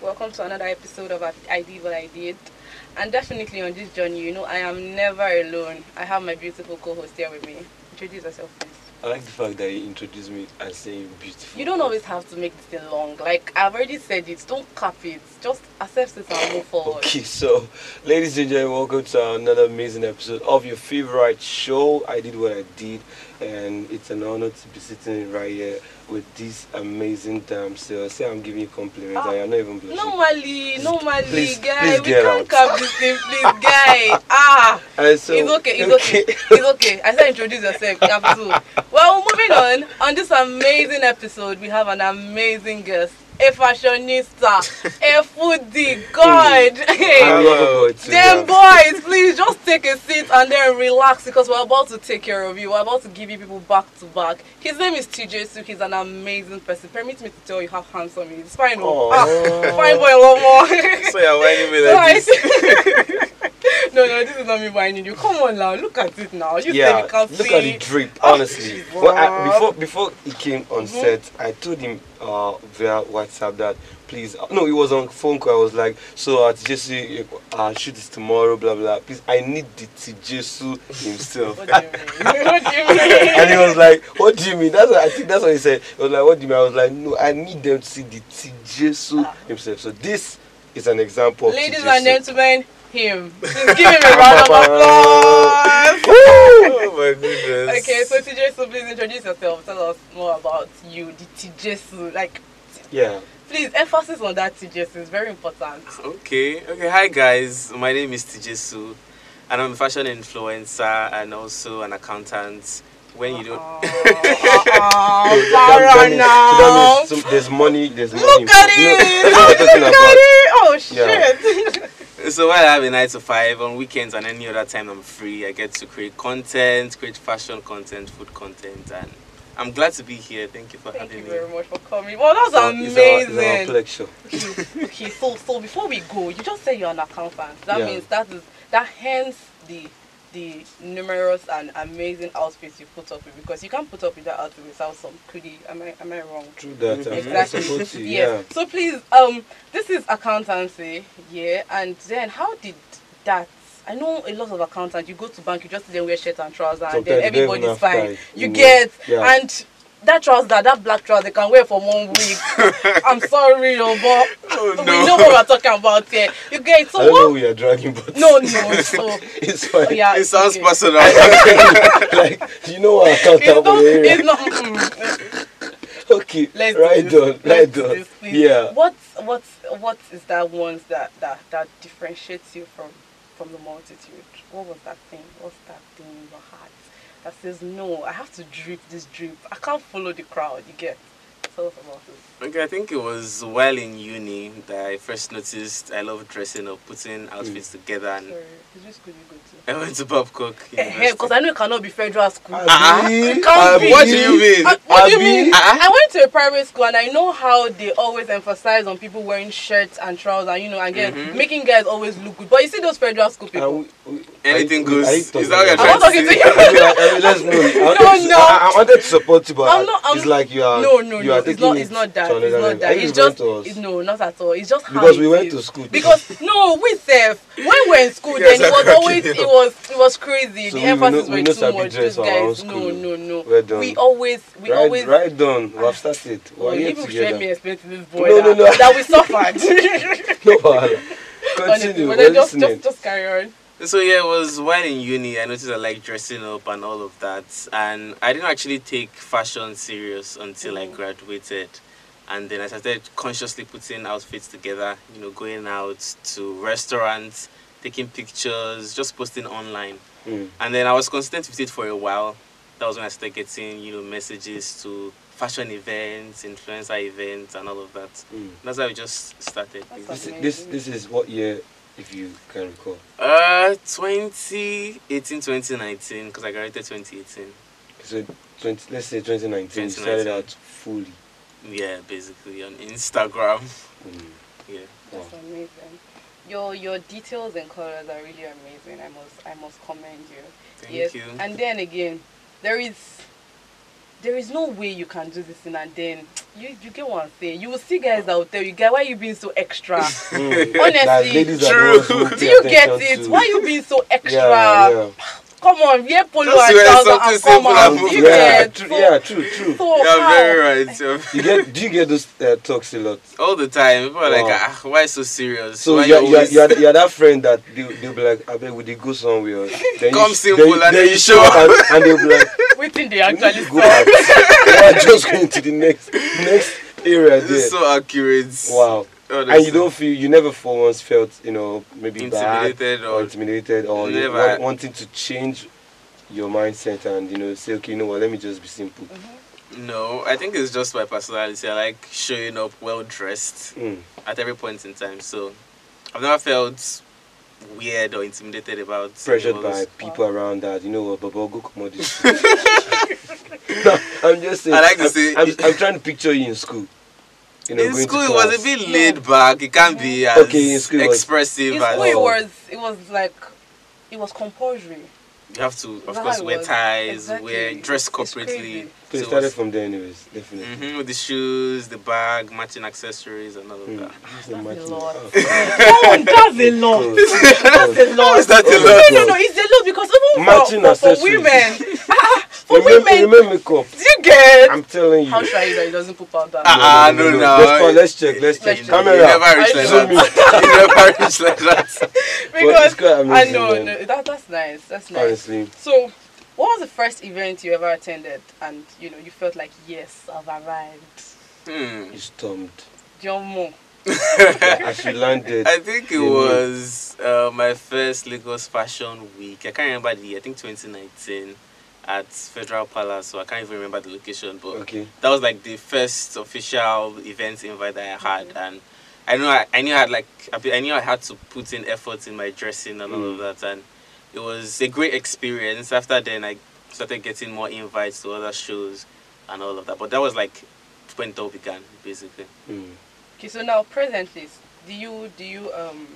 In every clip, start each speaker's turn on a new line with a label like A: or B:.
A: welcome to another episode of I Did What I Did. And definitely on this journey, you know, I am never alone. I have my beautiful co host here with me. Introduce yourself, please.
B: I like the fact that you introduced me as saying beautiful.
A: You don't always have to make this thing long. Like, I've already said it. Don't cap it. Just accept it and move forward.
B: Okay, so ladies and gentlemen, welcome to another amazing episode of your favorite show. I did what I did, and it's an honor to be sitting right here with this amazing damsel. Say I'm giving you compliments.
A: Ah,
B: I am not even blushing.
A: Normally, normally,
B: Please-
A: guy,
B: please
A: we
B: get
A: can't
B: out.
A: cap this thing, please, guy. Ah,
B: And so-
A: it's okay, it's okay. it's okay. I said introduce yourself. You have to. Well, moving on. On this amazing episode, we have an amazing guest, a fashionista, a foodie. God,
B: I
A: hey.
B: love it.
A: Then boys, please just take a seat and then relax because we're about to take care of you. We're about to give you people back to back. His name is TJ Su. He's an amazing person. Permit me to tell you how handsome he is. Fine, oh,
B: Aw.
A: ah, fine boy, Lomo.
B: So you're whining me like
A: Right.
B: this.
A: no, no, this is not me whining you. Come on now, look at it now. You said
B: yeah,
A: you can't
B: look
A: see. Oh,
B: at the drip. Honestly,
A: Jesus.
B: Well, I, before before he came on
A: Mhm.
B: set, I told him uh, via WhatsApp that please. uh, No, it was on phone call. I was like, so uh, Tijesu, uh, shoot this tomorrow, blah blah. Please, I need the Tijesu himself.
A: What do you mean? What do you mean?
B: and he was like, what do you mean? That's what I think. That's what he said. He was like, what do you mean? I was like, no, I need them to see the Tijesu
A: Ah.
B: himself. So this is an example. Of
A: Ladies
B: Tijesu.
A: and gentlemen, him. Please give him a round of applause.
B: oh my goodness.
A: Okay, so TJ Su, please introduce yourself. Tell us more about you, the TJ Su. Like,
B: yeah.
A: please, emphasis on that TJ Su is very important.
C: Okay, okay. Hi guys, my name is Tijesu, and I'm a fashion influencer and also an accountant. When you don't,
A: Oh, oh, oh,
B: that
A: Farah
B: means- so that
A: now.
B: means some- there's money, there's money.
A: Look at it!
B: No, that's what I'm
A: Look at
B: talking about.
A: it! Oh
B: Yeah.
A: shit! Uh-huh.
C: so while I have a nine to five on weekends and any other time I'm free, I get to create content, create fashion content, food content, and I'm glad to be here. Thank you for
A: Thank you
C: having
A: very
C: me.
A: much for coming. Well, that
B: It's our-
A: was
B: it's our- it's our
A: amazing.
B: pleasure.
A: okay, so so before we go, you just said you're an accountant. That
B: Yeah.
A: means that is that hence the the numerous and amazing outfits you put up with because you can't put up with that outfit without some pretty. Am I am I wrong?
B: True that. I'm
A: Exactly.
B: supposed to,
A: Yes. So please, um, this is accountancy, yeah, and then how did that? I know a lot of accountants. You go to bank, you just see them wear shirt and trousers, and then
B: Sometimes they don't even
A: everybody's
B: have
A: fine.
B: tie,
A: you
B: you know.
A: get
B: Yeah.
A: and. That trouser, that black trouser, they can wear for one week. I'm sorry, yo, but
C: Oh
A: we
C: no!
A: know what we're talking about here. You get it?
B: I
A: So
B: don't know who
A: what?
B: you're dragging, but
A: No, no. So
B: it's fine.
A: oh, yeah,
C: It sounds
A: okay.
C: personal.
B: like you know what I can't
A: It's
B: help
A: not.
B: with the area.
A: It's not. mm,
B: Okay,
A: Let's do
B: right
A: this.
B: on,
A: Let's
B: right
A: do
B: on.
A: this, please.
B: Yeah.
A: What what what is that ones that that that differentiates you from from the multitude? What was that thing? What's that thing in your heart that says no? I have to drip this drip. I can't follow the crowd. You get. Tell us about this.
C: Okay, I think it was while in uni that I first noticed I love dressing up, putting outfits
A: Mm.
C: together, and
A: Sorry, which school you go to?
C: I went to Babcock. University.
A: Because Eh, I know it cannot be federal school.
B: Abi,
A: It can't be.
C: What do you mean?
A: Uh, what do you
B: Abi?
A: mean?
C: Uh-uh.
A: I went to a private school and I know how they always emphasize on people wearing shirts and trousers, you know, and get-
B: Mm-hmm.
C: Mhm.
A: making guys always look good. But you see those federal school
B: Are
A: people.
B: we- we-
C: Anything
B: are you-
C: goes.
B: are you
C: Is that what you're
A: I'm
B: talking
C: trying
A: not
B: about?
A: talking
C: to
A: to
C: say?
A: you.
B: I mean, like, I mean, let's know. I wanted
A: No,
B: to-
A: no.
B: I, I wanted to support you, but
A: I'm not- I'm-
B: it's like you are.
A: No, no,
B: Uh, you
A: no.
B: Are
A: It's
B: taking
A: not.
B: it
A: It's not
B: to
A: that. It's
B: another
A: not
B: level.
A: that.
B: Are you
A: It's just.
B: even to us?
A: It's, no, not at all. It's just how
B: Because
A: it
B: we went
A: is.
B: to school.
A: Because no, we safe. When we were in school,
C: Yes,
A: then it
C: I
A: was
C: can
A: always
C: hear.
A: it was it was crazy.
B: So
A: the
B: we know-
A: emphasis
B: we
A: were
B: know
A: too
B: Sabi
A: much.
B: dress
A: These
B: for our own
A: guys, no,
B: school.
A: no, no.
B: Well done.
A: We always we
B: right,
A: always
B: right done. We have started. We
A: Oh,
B: are here
A: you people shouldn't be
B: together.
A: explaining to this boy
B: No, no,
A: that,
B: no.
A: that we suffered.
B: No wahala.
A: Honestly,
B: Continue.
A: but
B: We're
A: then just,
B: listening.
A: just, just carry on.
C: So yeah, it was while in uni I noticed I like dressing up and all of that, and I didn't actually take fashion serious until I
A: Mhm.
C: graduated, and then I started consciously putting outfits together. You know, going out to restaurants, taking pictures, just posting online,
B: Mm.
C: and then I was consistent with it for a while. That was when I started getting you know messages to fashion events, influencer events, and all of that.
B: Mm.
C: That's how it just started.
A: That's
C: basically.
B: This, this this is what year, if you can recall.
C: Uh, 2018, 2019, because I graduated 2018.
B: So 20, let's say 2019. You started
C: 2019.
B: out fully.
C: Yeah, basically on Instagram.
B: Mm.
C: Yeah.
A: That's
B: Wow.
A: amazing. Your your details and colors are really amazing. I must I must commend you.
C: Thank
A: yes.
C: you.
A: And then again, there is there is no way you can do this thing and then you, you get what I'm saying. You will see guys that will tell you, guy, why you being so extra?
B: Mm.
A: Honestly,
B: That ladies are the ones who
C: true.
B: pay
A: Do you get
B: attention
A: it?
B: to-
A: Why you being so extra?
B: Yeah, yeah.
A: Come on, wear polo
C: Just
A: and
C: wear
A: trouser
C: something
A: and come
C: simple
A: out.
C: and
A: Do you
C: move.
B: yeah,
A: get
B: true,
A: so,
B: yeah, true, true.
A: so
C: You're
A: how?
C: very right. You're
B: You get, do you get those uh, talks a lot?
C: all the time. People are like,
B: Wow.
C: ah, why so serious?
B: So
C: why
B: you're, you're,
C: always-
B: you're, you're that friend that they, they'll be like, I bet we did go somewhere. Then
C: Come
B: you,
C: simple and then you show up.
B: And, and they'll be like,
A: Within the
B: we need
A: actually
B: to
A: saw.
B: go back. we are just going to the next next area
C: this is
B: there.
C: so accurate.
B: Wow.
C: Honestly.
B: And you don't feel, you never for once felt, you know, maybe bad
C: intimidated
B: or
C: or
B: intimidated or you
C: Never.
B: want, wanting to change your mindset and, you know, say, okay, you know what, let me just be simple.
C: no. I think it's just my personality. I like showing up well dressed
B: Mm.
C: at every point in time. So I've never felt weird or intimidated about
B: pressured by
C: those-
B: people around that you know what Baba go come out this No, I'm just saying
C: I like to
B: I'm,
C: say-
B: I'm, I'm trying to picture you in school you know
C: in
B: going
C: school,
B: to
C: it
B: class.
C: was a bit laid back. It can't be as
B: Okay, in school it was-
C: expressive
A: It's
C: as
A: who it
B: Wow.
A: was. It was like, it was compulsory.
C: you have to, of
A: That
C: course, wear
A: was-
C: ties, wear
A: exactly.
C: dress
A: It's
C: corporately.
A: crazy.
B: so it
C: it
B: started
C: was-
B: from there anyways definitely
C: Mhm, with the shoes, the bag, matching accessories, and all of
B: Mm.
C: that.
B: Just
A: Ah, That's a
B: imagine
A: lot.
B: that.
A: Oh, that's a lot.
B: Oh, God.
A: That's a lot.
C: How is that a
B: Oh my
C: lot?
A: No, no, no, it's a lot because
B: Matching
A: even for, for, for
B: accessories.
A: women, Ah, for
B: remember,
A: women,
B: remember makeup
A: do you get?
B: I'm telling you
A: How should I know that it doesn't put powder?
C: Ah, Ah, no, no.
B: Let's, call, let's check let's check
A: Let's check.
B: camera
C: You never
A: I
C: reach like
A: know.
C: that. You never reach like that.
B: Well,
A: because
B: it's quite
A: I
B: amazing,
A: know,
B: man.
A: no, that, that's nice. That's nice.
B: honestly
A: So, what was the first event you ever attended, and you know you felt like yes, I've arrived.
C: Hmm.
B: you stormed
A: John Moore.
B: yeah, as you landed
C: I think it
B: You knew.
C: was uh, my first Lagos Fashion Week. I can't remember the year. I think 2019 at Federal Palace. So I can't even remember the location, but
B: okay
C: that was like the first official event invite that I had, and I know I, I knew I had like I be- I knew I had to put in effort in my dressing and all of that, and it was a great experience. After then, I started getting more invites to other shows and all of that. But that was like when it all began, basically.
B: mm.
A: Okay, so now presently, do you do you um,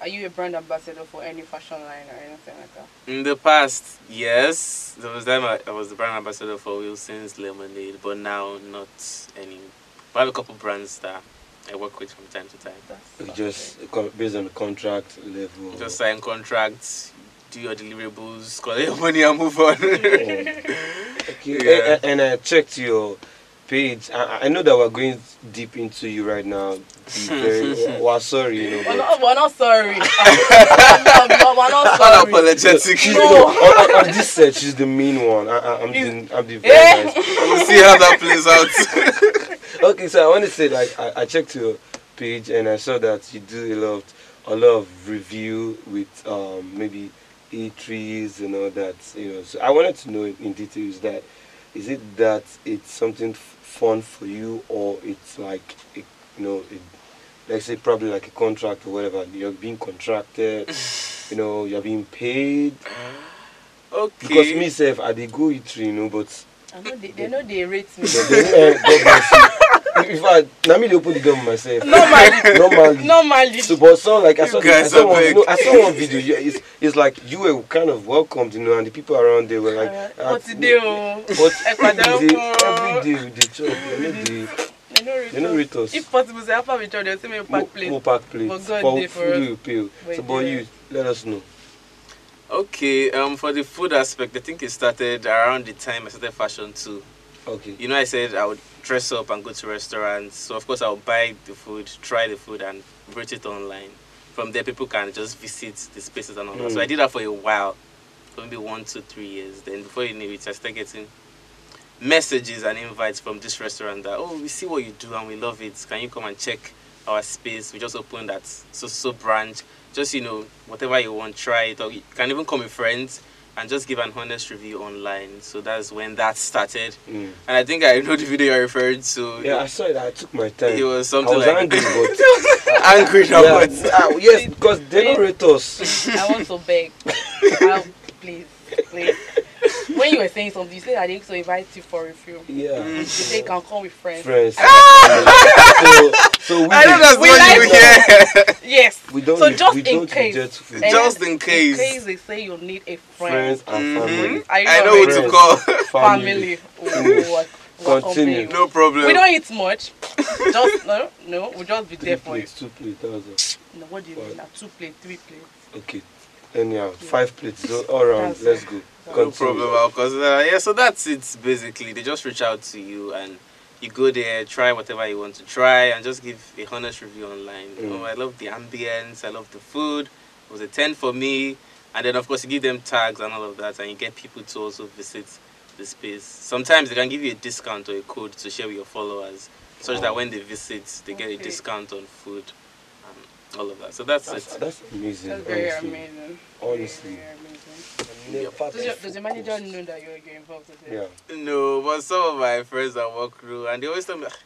A: are you a brand ambassador for any fashion line or anything like that?
C: In the past, yes, there was time I, I was the brand ambassador for Wilson's Lemonade, but now not any. But I have a couple brands that I work with from time to time.
A: That's
B: You just co- based on the contract level
C: Just sign contracts, do your deliverables, collect your money, and move on.
B: Okay.
C: Yeah.
B: And, and I checked your page. I, I- I know that we're going deep into you right now. Be Very, well, sorry, you know.
A: We're
B: But
A: not, we're not sorry. no, no, we're not
C: Not
A: sorry.
C: apologetic.
B: She's-
A: No.
B: on, on- on this set, she's the mean one. I, I, I'm, the, I'm the very
A: Eh.
B: nice.
C: We'll see how that plays out.
B: Okay, so I want to say like I, I checked your page and I saw that you do a lot, of, a lot of review with um, maybe e trees and all that. You know, so I wanted to know in, in detail is that is it that it's something f- fun for you or it's like a, you know, a, let's say probably like a contract or whatever. You're being contracted. You know, you're being paid
C: Okay.
B: because me myself I dey go e tree, you know, but
A: I know they, they know they rate me.
B: but then, eh, God bless you. In fact, na me dey open the door myself.
A: Normally,
B: Normally.
A: normally.
B: So, but so like I
C: You
B: saw, the, I
C: guys
B: saw
C: are
B: one, you
C: big.
B: know, I saw one video. Yeah, it's it's like you were kind of welcomed, you know, and the people around there were like,
A: Uh,
B: ah,
A: What to do?
B: But every
A: Ekwadampo.
B: day, every day with the chop, every day
A: They know rate
B: They no
A: us.
B: rate us.
A: If possible, say after we join, they'll say me
B: mo
A: Mm-hmm. pack plate.
B: mo pack plate
A: But God dey
B: for
A: for
B: food
A: us.
B: wey you pay. oh."
A: But
B: So, but
A: yeah.
B: you let us know.
C: Okay, um, for the food aspect, I think it started around the time I started fashion too.
B: Okay.
C: You know, I said I would dress up and go to restaurants. So, of course, I would buy the food, try the food, and rate it online. From there, people can just visit the spaces and all that. So,
B: Mm.
C: I did that for a while, for maybe one, two, three years. Then, before you knew it, I started getting messages and invites from this restaurant that, oh, we see what you do and we love it. Can you come and check our space? We just opened that so so branch. Just, you know, whatever you want, try it. Or you can even come with friends and just give an honest review online. So, that's when that started.
B: Mm.
C: And I think I know the video you're referring to.
B: Yeah, I saw it. I took my time.
C: it was
B: I
C: something
B: was
C: like
B: angry, but
C: angry now,
B: yeah,
C: but
B: ah, yes, because they don't rate us.
A: I want to beg. I, please, please. When you were saying something, you said I didn't so invite you for a film. You
B: Yeah.
A: say you can come with friends.
B: friends. so, so we,
C: I know that's
A: We
C: what you
A: like-
C: hear.
A: Yes.
B: we don't.
A: So
B: re-
A: just
B: we
A: in
B: don't
A: case.
B: reject food.
A: Eh,
C: Just in case.
A: In case they say you need a friend.
B: friends
A: Mm-hmm.
B: and
C: Mhm.
B: family.
A: Are you
C: I
A: not
C: know what
A: ready?
C: to
B: Friends.
C: call.
A: Family. Oh, what? welcome
B: Continue.
A: you.
C: No problem.
A: We don't eat much. just no, no. We'll just be
B: Three
A: there for you.
B: plates, two plates, that was all.
A: No, what do you mean?
B: What?
A: Now two plates, three plates.
B: Okay. Anyhow, five plates all- all round.
A: That's it.
B: Let's go.
C: no
B: Continue.
C: problem. I'll consider. Yeah, so that's it basically. They just reach out to you and you go there, try whatever you want to try, and just give a honest review online.
B: Mm.
C: Oh, I love the ambience. I love the food. It was a ten for me. And then of course you give them tags and all of that, and you get people to also visit the space. Sometimes they can give you a discount or a code to share with your followers, such
B: Oh.
C: that when they visit, they get a
A: Okay.
C: discount on food and all of that. So that's,
B: That's,
C: it.
B: that's amazing.
A: That's very
B: honestly.
A: amazing.
B: Honestly.
A: Very, very amazing.
B: Never
A: Does your, does your manager
B: focused.
A: know that you're, you're involved with it?
B: Yeah.
C: No, but some of my friends that walk through and they always tell me, "Ah,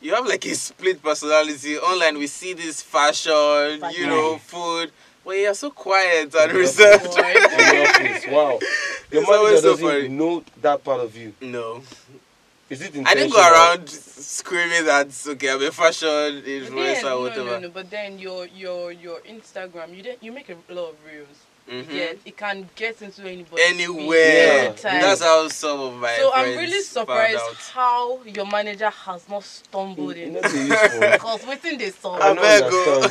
C: you have like a split personality. Online, we see this fashion, you know, food. But you're so quiet and reserved.
A: Boy.
B: In your face. Wow. Your
C: It's always
B: manager
C: so
B: doesn't
C: funny.
B: know that part of you.
C: No,
B: Is it
C: I
B: intentional?
C: didn't go around screaming that okay, I'm a fashion
A: But then,
C: influencer,
A: no,
C: whatever.
A: no, no. But then your your your Instagram, you didn't, you make a lot of reels.
C: Mhm.
A: Yeah, it can get into anybody.
C: Anywhere.
B: Yeah.
A: Time.
C: That's how some of my
A: so I'm
C: friends
A: really
C: found
A: surprised
C: out.
A: how your manager has not stumbled
B: It- it
A: in.
B: not be useful.
A: Because within this song,
B: I
C: I'm
A: what's
B: don't
C: beg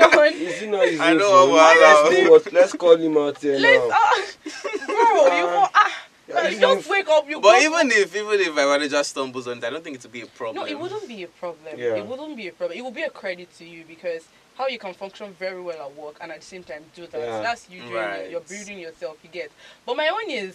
B: understand.
A: going on?
B: Is it not his
C: I know
B: influence?
C: what
B: Let's
C: allow.
B: do what- Let's call him out here
A: Let's,
B: now.
A: ah, bro, you want, ah,
B: Yeah,
A: you just wake up, you go-
C: But even if even if my manager stumbles on it, I don't think it would be a
A: No,
C: problem.
A: it wouldn't be a problem.
B: Yeah.
A: It wouldn't be a problem. It would be a credit to you because how you can function very well at work and at the same time do that.
B: Yeah.
A: That's you doing
C: Right.
A: it. You're building yourself. You get. But my own is,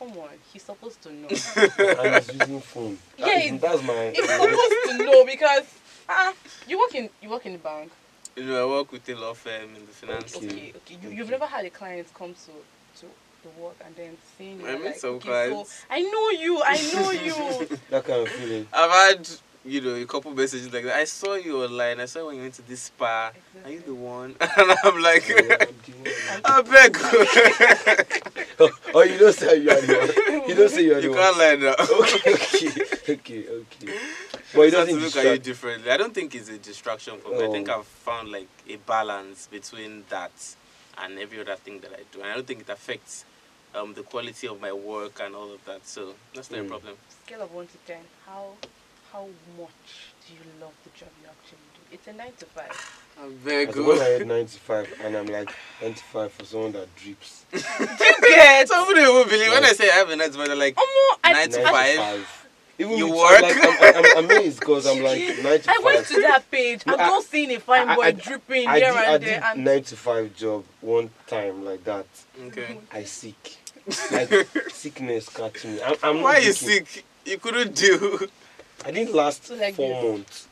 A: come on, he's supposed to know. he's
B: And he's using phone. That
A: Yeah,
B: is-
A: it-
B: that's my.
A: supposed to know because ah, you work in you work in the bank.
C: You know, I work with a law firm in the finance.
B: Okay.
A: Okay, okay. You, you've never had a client come to to the work and then seeing you
C: I
A: and
C: meet
A: like,
C: some
A: okay, so
C: clients.
A: I know you, I know you.
B: That kind of feeling.
C: I've had you know a couple messages like that. I saw you online. I saw when you went to this spa. Are you the one? And I'm like, I beg.
B: oh, you don't say you are the one. You don't say you are the
C: you
B: one.
C: can't lie now.
B: okay, okay, okay, okay. But it
C: Just have
B: doesn't
C: to look at you
B: distract.
C: differently. I don't think it's a distraction for me. I think
B: Oh.
C: I've found like a balance between that and every other thing that I do. And I don't think it affects um, the quality of my work and all of that. So that's not a
B: Mm.
C: problem.
A: Scale of one to ten, how how much do you love the job you actually do? It's a nine to five.
C: I beg.
B: As when I had 95 and I'm like 95 for someone that drips.
A: get.
C: Some people won't believe when I say I have a night, but they're like,
A: Omo, I,
C: Nine to five.
A: I,
B: 95. Even
C: You
B: with-
C: work?
B: I'm, like, I'm, I'm amazed because I'm like 95.
A: I went to that page.
B: No,
A: I'm
B: I-
A: just seeing a fine
B: I-
A: boy
B: I-
A: dripping
B: I
A: here
B: did, I
A: and there.
B: did
A: And
B: 95 job one time like that.
C: okay.
B: I sick. Like sickness catch me. I'm, I'm not
C: Why are you
A: Mm-hmm.
B: joking.
C: sick? You couldn't do.
B: I didn't last
A: So like
B: four
A: this.
B: months.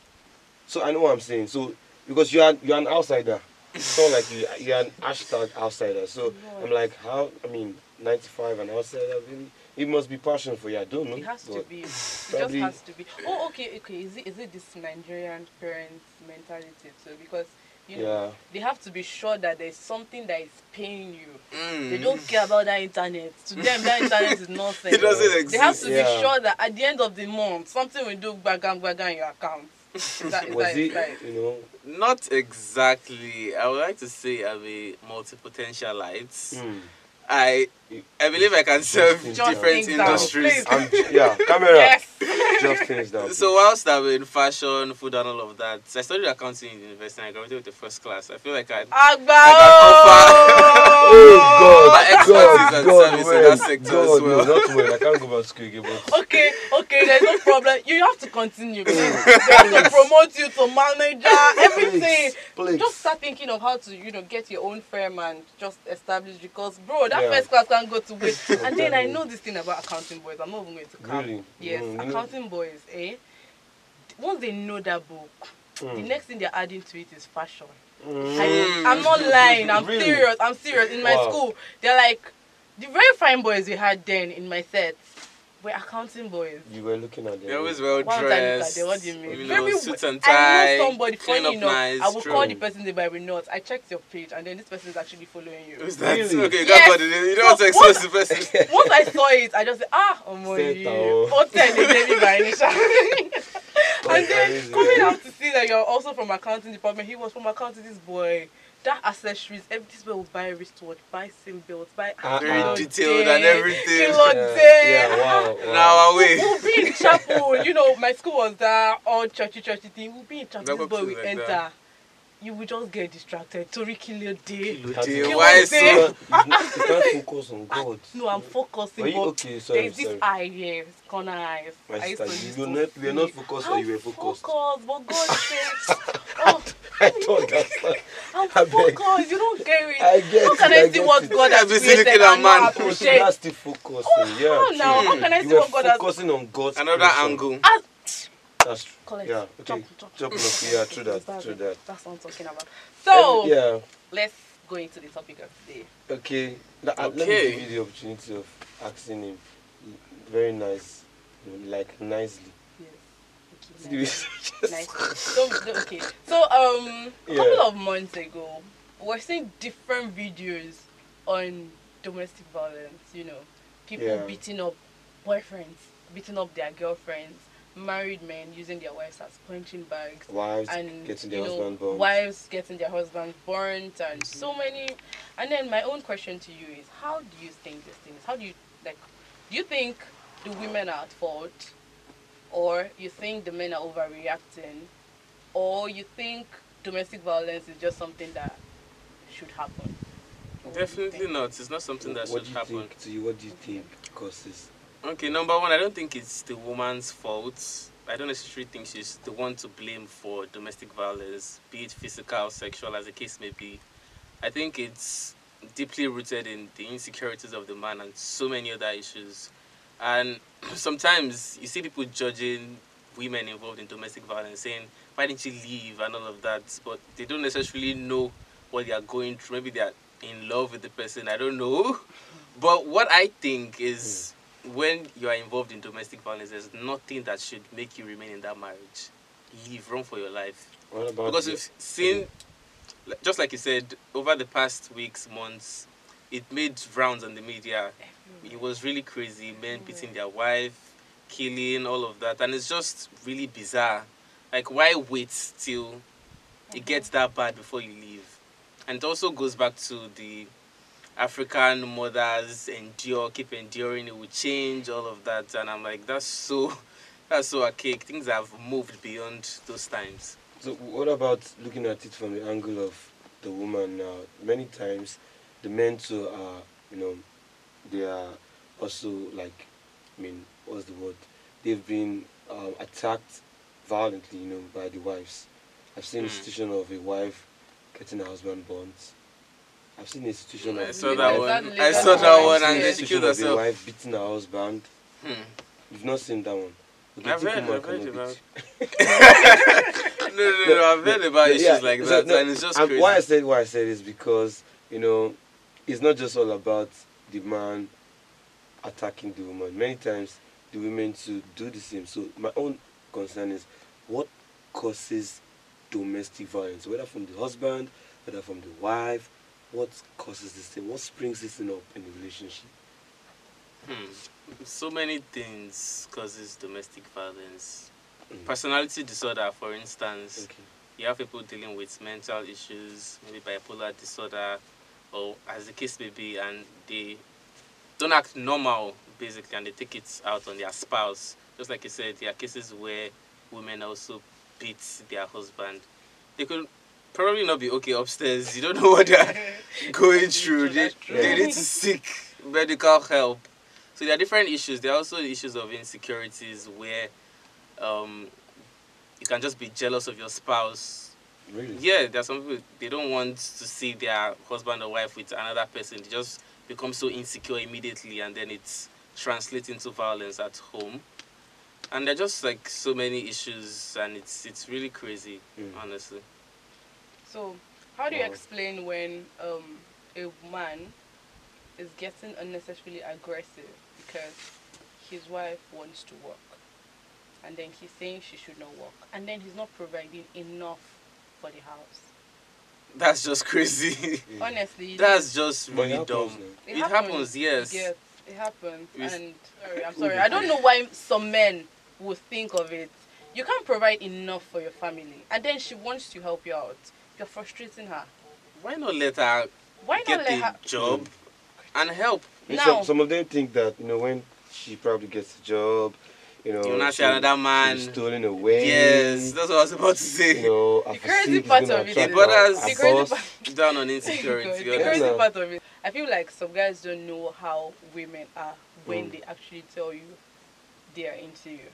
B: So I know what I'm saying. So because you are you are an outsider. It's not like you you are an hashtag outsider. So I'm like, how I mean, ninety five an outsider really? It must be passion for you. I don't know.
A: it has to
B: but
A: be. It just
B: probably-
A: has to be. Oh, okay, okay. Is it is it this Nigerian parents mentality too? Because you know
B: Yeah.
A: they have to be sure that there's something that is paying you.
C: Mm.
A: They don't care about that internet. To them, that internet is nothing.
C: It doesn't
A: They have
C: exist.
A: to
B: Yeah.
A: be sure that at the end of the month, something will do bagam bagam in your account. Is that- is
B: Was
A: that- is
B: it
A: that-
B: you know?
C: Not exactly. I would like to say I'm a multi-potentialite.
B: Mm,
C: I I believe I can serve
B: Just
C: different
A: things out.
C: industries.
B: I'm, yeah, camera.
A: Yes.
B: Just things down.
C: So whilst I'm in fashion, food, and all of that, I studied accounting in university and I graduated with the first class. I feel like I.
A: Agba.
B: Oh
C: My
B: God! God!
C: expertise and
B: God!
C: service in
B: well,
C: that sector
B: God!
C: as well.
B: No, not well. I can't go back to school again. But
A: Okay, okay, there's no problem. You have to continue. because They
B: Mm.
A: have to promote you to manager, everything.
B: Please,
A: Just start thinking of how to, you know, get your own firm and just establish because, bro, that
B: Yeah.
A: first class can go to waste. and then I know this thing about accounting boys. I'm not even going to count.
B: Really?
A: Yes,
B: Mm, you know-
A: accounting boys, eh? Once they know that book, the
B: Mm.
A: next thing they're adding to it is fashion.
B: Mm.
A: I, I'm not lying. I'm
B: Really?
A: serious. I'm serious. In my
B: Wow.
A: school, they're like the very fine boys we had then in my set were accounting boys.
B: You were looking at them.
C: They're always
A: Why
C: well
A: would I look at
C: dressed.
A: them? What do you mean?
C: You know,
A: Very
C: suits
A: w-
C: and
A: I
C: tie.
A: know somebody
C: clean
A: funny
C: up
A: enough.
C: nice.
A: I will call
C: true.
A: the person they by will not. I checked your page and then this person is actually following you.
C: Who's that?
B: Really?
C: Okay, you
A: Yes.
C: can't call the name. You don't want to
A: So what-
C: expose the person.
A: Once I saw it, I just said, ah, oh my
B: Set
A: God.
B: out.
A: Hotel is heavy by Nisha.
B: Like,
A: And then
B: amazing.
A: coming out to see that you're also from accounting department, he was from accounting. This boy, that accessories, everything will buy wristwatch, buy sim belt, buy
B: Uh-uh.
C: Very
B: Uh,
C: detailed and everything.
A: Kilo day.
B: yeah, wow, wow.
C: Now I
A: We'll,
C: wait.
A: we'll be in chapel. you know, my school was that all churchy churchy thing. We'll be in chapel,
C: That
A: this boy
C: works
A: we
C: like
A: enter.
C: that.
A: You will just get distracted. Tori kill your day.
B: Kilo
C: Why
A: day.
C: so?
B: You can't you can't focus on God.
A: Ah, No, I'm
B: Were
A: focusing.
B: you
A: but
B: okay? Sorry,
A: there's this ah,
B: sorry.
A: eye here, it's corner eyes.
B: My
A: I used to
B: sister, you
A: use
B: were
A: to
B: not- you were not
A: see.
B: focused or you were
A: I'm
B: focused?
A: Focused, but God says, oh,
B: I don't understand.
A: I'm
B: I beg.
A: focused. You don't get it.
B: I get
A: How
B: it,
A: can
B: I
A: I see
B: get
A: what
B: it.
A: God
C: Yeah,
A: has
C: basically
A: created
C: looking at
A: and not
C: man.
B: People should
A: appreciate?
B: not still focusing. yeah,
A: how
B: true.
A: oh, now? How can I
B: you
A: see
B: were
A: what God has-
B: focusing on God's
C: Another
B: creation.
C: angle.
A: Ah,
B: That's true.
A: Collect.
B: Yeah,
A: Chop,
B: okay.
A: chop.
B: Chop enough. Yeah, true that. True that.
A: That's what I'm talking about. So
B: Every- yeah,
A: let's go into the topic of today.
B: okay. Let- uh, Let
C: Okay.
B: me give you the opportunity of asking him. Very nice, you know, like nicely.
A: Yes. Okay,
B: See the
A: nice.
B: way-
A: nice. Don't- don't- okay. So um, a couple
B: Yeah.
A: of months ago, we we're seeing different videos on domestic violence. You know, people
B: Yeah.
A: beating up boyfriends, beating up their girlfriends, married men using their wives as punching bags.
B: Wives
A: and
B: getting
A: you
B: their
A: know,
B: husband Mm-hmm. born.
A: wives getting their husbands burnt and so many and then my own question to you is how do you think these things how do you like do you think the women are at fault or you think the men are overreacting or you think domestic violence is just something that should happen What do you
C: Definitely
A: think?
C: not. It's not something that
B: what
C: should
B: do you
C: happen.
B: think? To you, what do you think? Causes.
C: Okay, number one, I don't think it's the woman's fault. I don't necessarily think she's the one to blame for domestic violence, be it physical, sexual, as the case may be. I think it's deeply rooted in the insecurities of the man and so many other issues. And sometimes you see people judging women involved in domestic violence, saying, why didn't you leave and all of that, but they don't necessarily know what they are going through. Maybe they are in love with the person, I don't know. But what I think is when you are involved in domestic violence, there's nothing that should make you remain in that marriage. Leave, run for your life.
B: What about?
C: Because
B: the-
C: we've seen, li- just like you said, over the past weeks, months, it made rounds on the media. It was really crazy. Men beating their wife, killing, all of that. And it's just really bizarre. Like, why wait till it gets that bad before you leave? And it also goes back to the African mothers endure, keep enduring, it will change, all of that. And I'm like, that's so. That's so archaic. Things have moved beyond those times.
B: So what about looking at it from the angle of the woman now? Many times the men too are, you know, they are also like, I mean, what's the word? They've been um, attacked violently, you know, by the wives. I've seen a
C: Mm.
B: situation of a wife getting her husband burnt. I've seen a situation
C: I
B: of
C: saw
B: a wife-
C: that one.
A: Exactly,
C: I
A: that's
C: saw that
A: why
C: one,
A: I
B: I've seen
C: and
B: a
C: then
A: said-
C: she
B: situation
C: killed
B: of a
C: herself.
B: wife beating her husband.
C: Hmm.
B: You've not seen that one. Okay,
C: I've read,
B: Tikuma
C: I've read
B: Kanobichi.
C: about. no, no, no, I've heard about
B: Yeah,
C: issues
B: yeah.
C: like
B: So,
C: that,
B: no,
C: and it's just
B: and
C: crazy.
B: Why I said what I said is because you know, it's not just all about the man attacking the woman. Many times the women to do the same. So my own concern is what causes domestic violence, whether from the husband, whether from the wife. What causes this thing? What springs this thing up in the relationship?
C: Hmm. So many things causes domestic violence.
B: Mm.
C: Personality disorder, for instance,
B: Okay.
C: you have people dealing with mental issues, maybe bipolar disorder, or as the case may be, and they don't act normal basically, and they take it out on their spouse. Just like you said, there are cases where women also beat their husband. They could probably not be okay upstairs. You don't know what they're going through. They,
A: That's true.
C: they need to seek medical help. So there are different issues. There are also issues of insecurities where um, you can just be jealous of your spouse
B: Really?
C: yeah, there are some people they don't want to see their husband or wife with another person. They just become so insecure immediately, and then it's translates into violence at home. And there are just like so many issues, and it's it's really crazy,
B: Mm.
C: honestly.
A: so how do you
B: Wow.
A: explain when um a man is getting unnecessarily aggressive because his wife wants to work and then he's saying she should not work and then he's not providing enough for the house
C: That's just crazy.
B: Mm.
A: honestly
C: That's just
B: But it
C: really dumb.
B: happens now.
C: It happens, yes.
A: yes it happens
C: We s-
A: and sorry i'm sorry i don't know why some men would think of it you can't provide enough for your family and then she wants to help you out you're frustrating her
C: why not let her
A: Why not
C: get
A: let
C: a
A: her?
C: job
B: Mm.
C: and help?
B: And
A: Now-
B: Some, some of them think that you know when she probably gets a job, you know,
C: you will not
B: Oh, she-
C: see another man.
B: she's stolen away.
C: Yes, that's what I was about to
B: You
C: say.
B: know,
A: The crazy part of it,
C: attract
A: is-
C: But as-
A: the
C: a
A: crazy part.
C: Down on
A: God,
C: insecurity.
A: the
B: honest.
A: crazy
B: Yeah.
A: part of it, I feel like some guys don't know how women are when they actually tell you they are into you.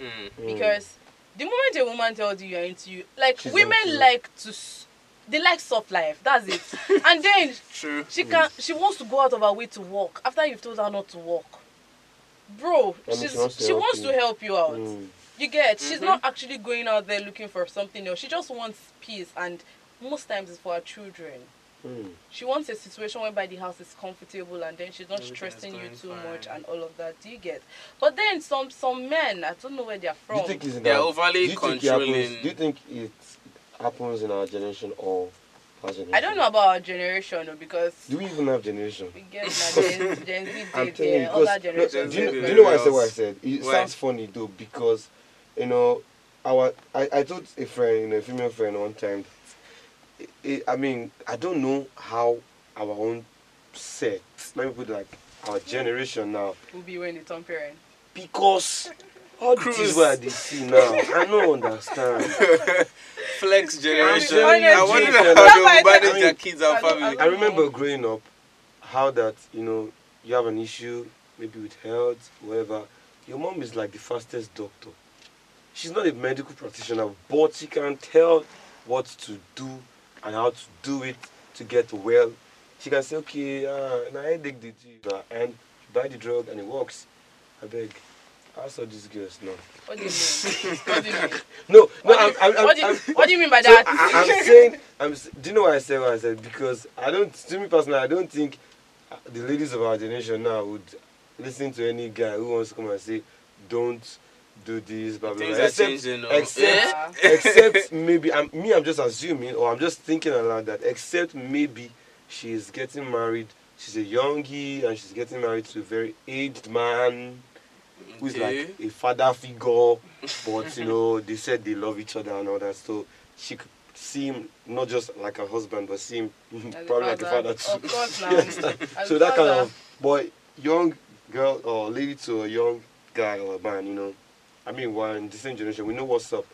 C: Mm.
A: Because the moment a woman tells you you're into you, like
B: She's
A: women
B: into you.
A: like to, s- they like soft life. That's it. and then
C: True.
A: she can, she wants to go out of her way to work after you've told her not to work. Bro,
B: I mean,
A: she's,
B: she wants to
A: she
B: help
A: wants
B: you.
A: to help you out.
B: mm.
A: You get she's
C: Mhm.
A: not actually going out there looking for something else. She just wants peace, and most times it's for her children. She wants a situation whereby the house is comfortable, and then she's not
C: Everything is
A: stressing you
C: going
A: too
C: fine.
A: much and all of that. Do you get? But then some some men, I don't know where they're from.
B: You think it's in
C: They're
B: our-
C: overly
B: do you think it
C: controlling.
B: happens, do you think it happens in our generation or our generation?
A: I don't know about our generation though, because
B: Do we even have generation?
A: we get na Gen, Gen Z
B: I'm
A: did
B: telling you,
A: yeah, other
B: because- look,
A: generations.
B: do, you,
A: did
B: do
A: very
B: you know why I
A: well.
B: said what I said? It
C: Why?
B: sounds funny though because you know our I, I told a friend, you know, a female friend one time. It, it, I mean, I don't know how our own set. Let me put it like our generation now
A: Will be when they turn parent.
B: because all the things
C: Cruise.
B: where they see now, I don't understand.
C: Flex generation.
A: honestly,
C: I
B: Honestly,
C: wonder how they
A: I
C: will manage
B: mean,
C: their kids and
A: I don't- I
C: family.
B: I remember growing up, how that you know you have an issue, maybe with health, whatever. Your mom is like the fastest doctor. She's not a medical practitioner, but she can tell what to do and how to do it to get well. She can say, okay, uh, now I dig the ginger and buy the drug and it works. I beg. I saw these girls now.
A: What do you mean? What do you mean?
B: No, no, I'm,
A: What do
B: I'm,
A: you-
B: I'm,
A: what do you-
B: I'm,
A: What do you mean by
B: so I,
A: that?
B: I- I'm saying, I'm. s- Do you know why I said what I said? Because I don't. To me personally, I don't think uh, the ladies of our generation now would listen to any guy who wants to come and say, "Don't do this." Blah, blah,
C: Things
B: blah.
C: are
B: Except,
C: changing, though.
B: except,
A: Yeah.
B: except maybe I'm, me. I'm just assuming, or I'm just thinking aloud that except maybe she is getting married. She's a youngie and she's getting married to a very aged man who's like a father figure, but you know, they said they love each other and all that. So she could see him not just like a husband, but see him
A: As a
B: probably like a father
A: Of
B: too.
A: course, now.
B: You understand?
A: As
B: so
A: a
B: that kind
A: father.
B: of boy, young girl or lady to a young guy or man, you know. I mean, we're in the same generation, we know what's up.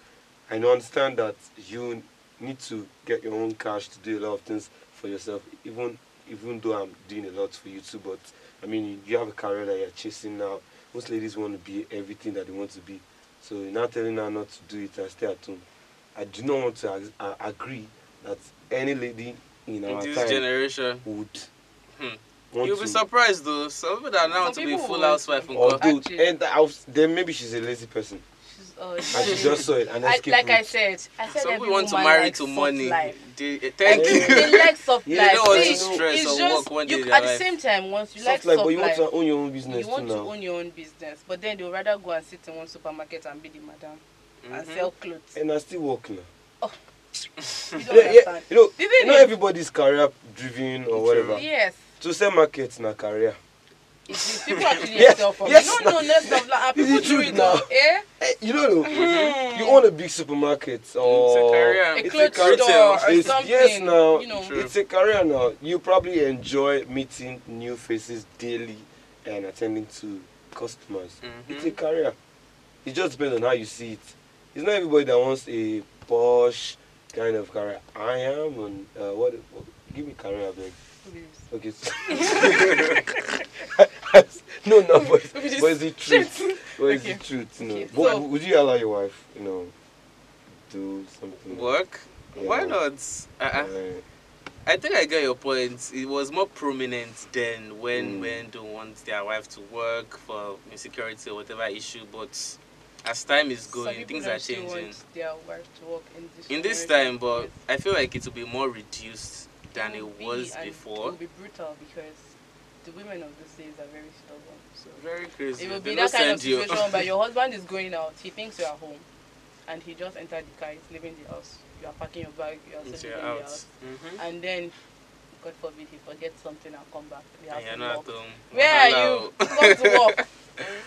B: And I understand that you need to get your own cash to do a lot of things for yourself, even even though I'm doing a lot for you too. But I mean, you have a career that you're chasing now. Most ladies want to be everything that they want to be. So you're not telling her not to do it and stay at home. I do not want to ag- uh, agree that any lady in
C: in
B: our
C: this
B: time
C: generation.
B: would
C: Hmm.
B: want
C: You'll be
B: to-
C: surprised though. Some people that now
A: Some
C: want to be
A: people
C: full
A: will.
C: housewife and
B: Or
C: cook.
A: Although-
B: do
A: Actually-
B: and I was, then maybe she's a lazy person
A: She's, uh,
B: and she just saw it and
A: I,
B: escaped.
A: like I
B: route.
A: said, I said
C: Some
A: every
C: people want to
A: woman
C: marry
A: likes
C: to
A: soft
C: money.
A: Life.
C: They- eh,
A: Like,
C: thank
A: they
C: you.
A: like soft
B: You
A: life.
B: don't want to
A: See,
C: stress
A: it's
C: or
A: just
C: work when
A: you,
C: they
A: at the
C: arrive.
A: same time once you like
B: Soft
A: soft
B: life, but you want
A: life,
B: to own your own business
A: you want
B: too
A: to
B: now.
A: own your own business. But then they'll rather go and sit in one supermarket and be the madam and
C: Mhm.
A: sell clothes.
B: and I still work now.
A: you don't
B: Yeah, yeah,
A: understand.
B: you know,
A: The thing
B: you know
A: is-
B: everybody's career driven or whatever.
A: Yes.
B: To sell markets na career.
A: It is. People actually
B: Yes,
A: sell for
B: yes,
A: me. No, no, no, stuff like, uh,
B: This is
A: people do
B: truth
A: it
B: now.
A: though. Eh?
B: Eh, you don't know,
A: Mm-hmm.
B: you own a big supermarket or
C: career.
A: A
C: It's a
A: clothes
B: career.
A: store or
B: It's-
A: something.
B: Yes, now
A: you know.
C: True.
B: it's a career now. You probably enjoy meeting new faces daily and attending to customers.
C: Mhm.
A: Hmm?
B: It's a career. It just depends on how you see it. It's not everybody that wants a posh kind of career. I am on uh, what, what? Give me career, beg. Okay. So no, no, but, but
A: Just
B: it's the truth. But it's
A: Okay.
B: the truth. No.
A: Okay,
B: But
A: so-
B: would you allow your wife, you know, do something?
C: Work? Why
B: Yeah.
C: not? Uh-uh.
B: Uh,
C: I think I get your point. It was more prominent then when
B: Mm.
C: men don't want their wife to work for insecurity or whatever issue. But as time is
A: Some
C: going,
A: people
C: things
A: don't
C: are
A: still
C: changing.
A: want their wife to work in this.
C: In this
A: generation.
C: time, but
A: Yes.
C: I feel like it will be more reduced than
A: will
C: it
A: be
C: was
A: and It
C: before.
A: will be brutal because the women of these days are very stubborn. So
C: Very crazy.
A: it will
C: They
A: be
C: no
A: that kind of
C: send you.
A: situation where your husband is going out, he thinks you are home, and he just entered the car, he's leaving the house. You are packing your bag, you are
C: Once
A: still
C: you're
A: leaving the
C: out.
A: house,
C: Mhm.
A: and then, God forbid, he forgets something and come back. They have
C: And you're
A: to
C: not
A: walk.
C: at home. oh.
A: Where are
C: Hello.
A: you? Go to work.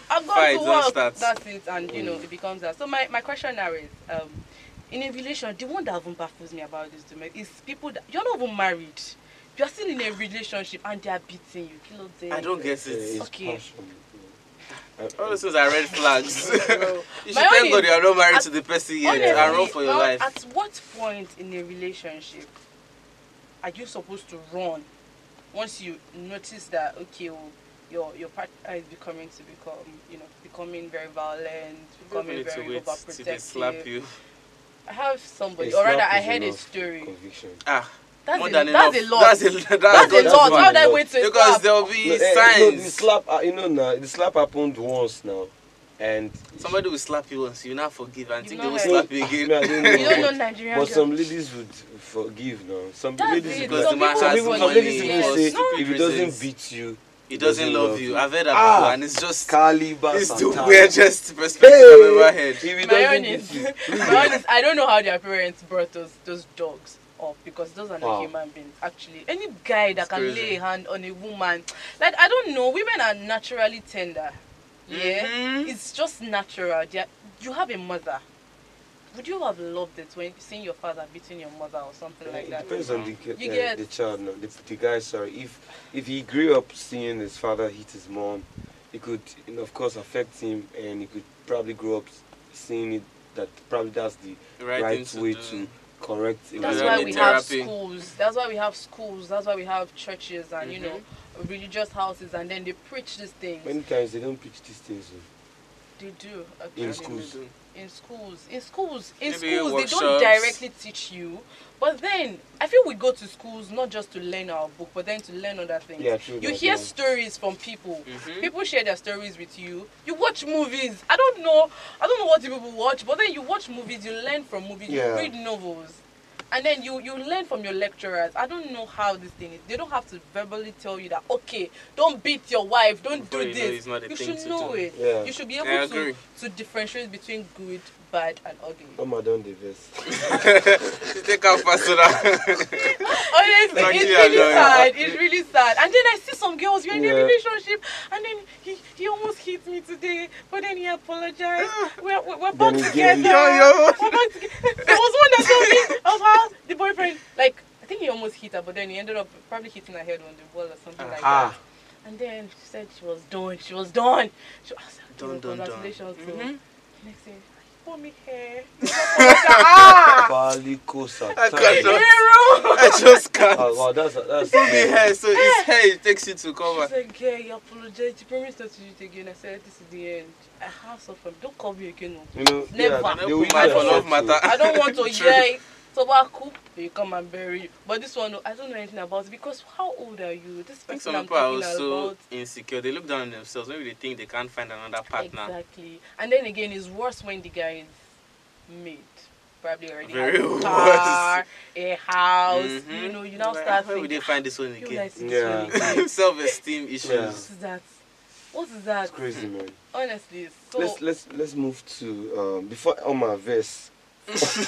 A: I'm going
C: Fight,
A: to
C: don't
A: work.
C: start. Mm.
A: That's it, and you know it becomes that. So my, my question now is, um, in a relation, the one that even baffles me about this domestic is people that you're not even married. You're still in a relationship and they are beating you. Kí ló dé?
C: I don't get
B: it's
C: it.
A: Okay.
B: passion. yeah. I-
C: All
B: I-
C: those things are red flags. you should
A: My own
C: thank God
A: is-
C: you are not married
A: at-
C: to the person yet
A: Honestly,
C: and run for your
A: well,
C: life.
A: At what point in a relationship are you supposed to run once you notice that okay, well, your your partner is becoming to become you know becoming very violent, becoming
C: People need to
A: very
C: wait till they slap
A: overprotective.
C: you.
A: I have somebody,
B: It's
A: or rather,
B: not
A: I
B: is
A: heard a
B: enough
A: story.
B: Conviction.
C: Ah,
A: That's
C: more
A: a,
C: than
A: that's
C: enough.
A: a lot.
C: That's a, that's
A: That's a
C: gone too
A: lot.
C: far.
A: How do I
B: enough.
A: wait to
C: Because
A: slap?
C: there will
B: No,
C: be
B: eh, no, the
C: signs.
B: slap, uh, you know, now the slap happened once now, and
C: Somebody will slap you once, you now forgive and
A: You
C: think
A: know her.
C: they will
B: No,
C: slap you again.
B: me, I don't know.
A: You don't know
B: but-
A: Nigerian
B: But
A: girls.
B: some ladies would forgive now. Some
A: That's
B: ladies
A: it.
B: would-
C: Because the man
B: some
C: has
B: people, some
C: money,
B: ladies
C: yes.
B: even say
A: No.
B: if he
C: Stupid
B: doesn't
C: reasons.
B: beat you,
C: He doesn't love you. I've heard that
B: Ah.
C: before and it's just
B: Caliber.
C: it's the
B: Santana.
C: weirdest
B: Hey!
C: perspective I've ever heard.
B: If he
A: My own
B: doesn't
A: is,
B: beat you,
A: my own is, I don't know how their parents brought those those dogs up because those are not
B: Wow.
A: human beings. Actually, any guy that
C: It's
A: can
C: crazy.
A: lay a hand on a woman, like I don't know, women are naturally tender. Yeah,
C: Mhm.
A: it's just natural. They are, you have a mother. Would you have loved it when seeing your father beating your mother or something like
B: it
A: that?
B: depends on the,
A: You
B: ki- uh,
A: get-
B: the child now. The, the guy, sorry, if if he grew up seeing his father hit his mom, it could, you know, of course, affect him, and he could probably grow up seeing it that probably that's the
C: The
B: right,
C: right, thing to
B: way
C: do.
B: to correct. it.
A: That's
C: Yeah.
A: why
C: Yeah.
A: we have
C: Therapy.
A: schools. That's why we have schools. That's why we have churches and you know
B: Mm-hmm.
A: religious houses, and then they preach these things.
B: Many times they don't preach these things. oh.
A: They do
B: In
A: actually.
B: schools.
A: in schools in schools in
C: Maybe
A: schools they don't
C: workshops.
A: directly teach you but then i feel we go to schools not just to learn our book but then to learn other things
B: Yeah, true. um,
A: you
B: that,
A: hear
B: yeah.
A: stories from people
B: Mm-hmm.
C: Mhm.
A: people share their stories with you you watch movies i don't know i don't know what you people watch but then you watch movies you learn from movies
B: Yeah.
A: you read novels and then you you learn from your lecturers i don't know how this thing is they don't have to verbally tell you that okay don't beat your wife don't
C: Before
A: do
C: you know,
A: this
C: it's not a
A: you
C: thing
A: should
C: to
A: know
C: do.
A: it
B: Yeah.
A: you should be
C: I
A: able to
C: agree.
A: to differentiate between good, bad, and ugly.
B: Mama don't divest.
C: You Mm-hmm. take out personal.
A: Honestly,
C: Like,
A: it's
C: yeah,
A: really
C: yeah, yeah.
A: sad. It's really sad. And then I see some girls we're in
B: Yeah.
A: a relationship, and then he, he almost hit me today, but then he apologized. We're, we're, we're back
B: Then he gave
A: together.
B: you-
C: Yo, yo.
A: We're back together. There was one that told me of how the boyfriend, like, I think he almost hit her, but then he ended up probably hitting her head on the wall or something like that.
B: Ah,
A: And then she said she was done. She was done. She I was like,
C: Done,
A: "Okay,
C: done, done."
A: congratulations. So
B: Mm-hmm.
C: Mhm.
A: Next day, he bought me hair. He apologized. ah!
B: Palico
C: can't
B: Santana.
C: not-
A: Hero!
C: I just can't.
B: Ah, wow, that's that's.
C: It's only hair, so it's hair it takes you to cover.
A: She's like, girl, you apologize. You promised not to do it again. I said, this is the end. I have suffered. Don't call me again. No.
B: You know,
A: Never.
B: yeah,
A: Don't
B: they
C: open
B: will
C: my
B: not
A: for love
B: accept
C: matter.
B: you.
A: I don't want to
C: True.
A: hear it. Tobacco, they come and bury you. But this one, no, I don't know anything about it because how old are you? This
C: I
A: person
C: think some
A: I'm
C: people are
A: talking
C: also
A: about.
C: insecure. They look down on themselves. Maybe they think they can't find another partner.
A: Exactly. And then again, it's worse when the guy is made. Probably already
C: Very
A: has a
C: worse.
A: car, a house.
C: Mhm.
A: You know, you now
C: Where-
A: start
C: Where would they
A: thinking,
C: find this one
A: "Ah, you
C: again?
A: guys, this one
B: Yeah.
A: again.
C: Self-esteem issues.
B: Yeah.
A: What is that? What is that?
B: It's crazy, man.
A: Honestly, it's so
B: let's let's let's move to um, before on my verse.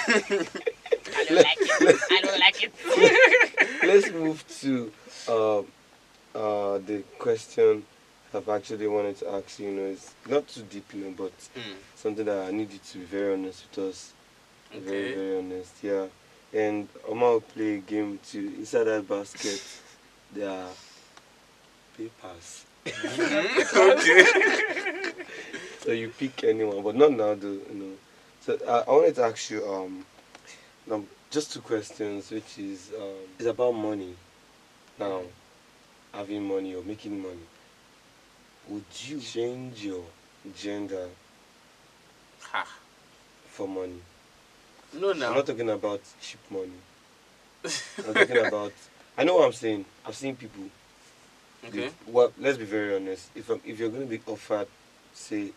A: I don't like it. I don't like it.
B: Let's move to um, uh, the question I've actually wanted to ask you. You know, it's not too deep, you know, but
C: Hmm.
B: something that I need you to be very honest with us. Very
C: Okay.
B: very honest, yeah. And Oma will play a game with you. Inside that basket, there are papers.
C: Mm-hmm. okay.
B: So you pick anyone, but not now, though. You know. So I, I wanted to ask you um, um, just two questions, which is um, it's about money. Now, having money or making money, would you change your gender
C: Ha.
B: for money?
C: No,
B: I'm
C: now.
B: not talking about cheap money. I'm talking about. I know what I'm saying. I've seen people.
C: Okay.
B: They- well, let's be very honest. If i if you're going to be offered, say,